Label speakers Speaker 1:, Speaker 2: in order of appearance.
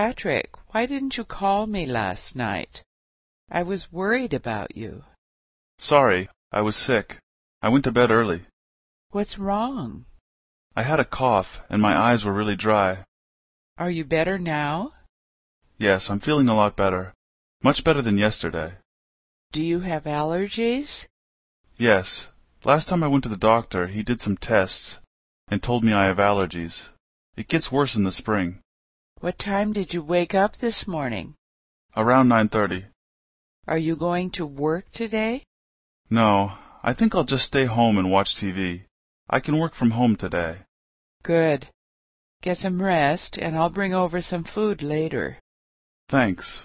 Speaker 1: Patrick, why didn't you call me last night? I was worried about you.
Speaker 2: Sorry, I was sick. I went to bed early.
Speaker 1: What's wrong?
Speaker 2: I had a cough, and my eyes were really dry.
Speaker 1: Are you better now?
Speaker 2: Yes, I'm feeling a lot better. Much better than yesterday.
Speaker 1: Do you have allergies?
Speaker 2: Yes, last time I went to the doctor, he did some tests and told me I have allergies. It gets worse in the spring.
Speaker 1: What time did you wake up this morning?
Speaker 2: Around 9:30.
Speaker 1: Are you going to work today?
Speaker 2: No, I think I'll just stay home and watch TV. I can work from home today.
Speaker 1: Good. Get some rest, and I'll bring over some food later.
Speaker 2: Thanks.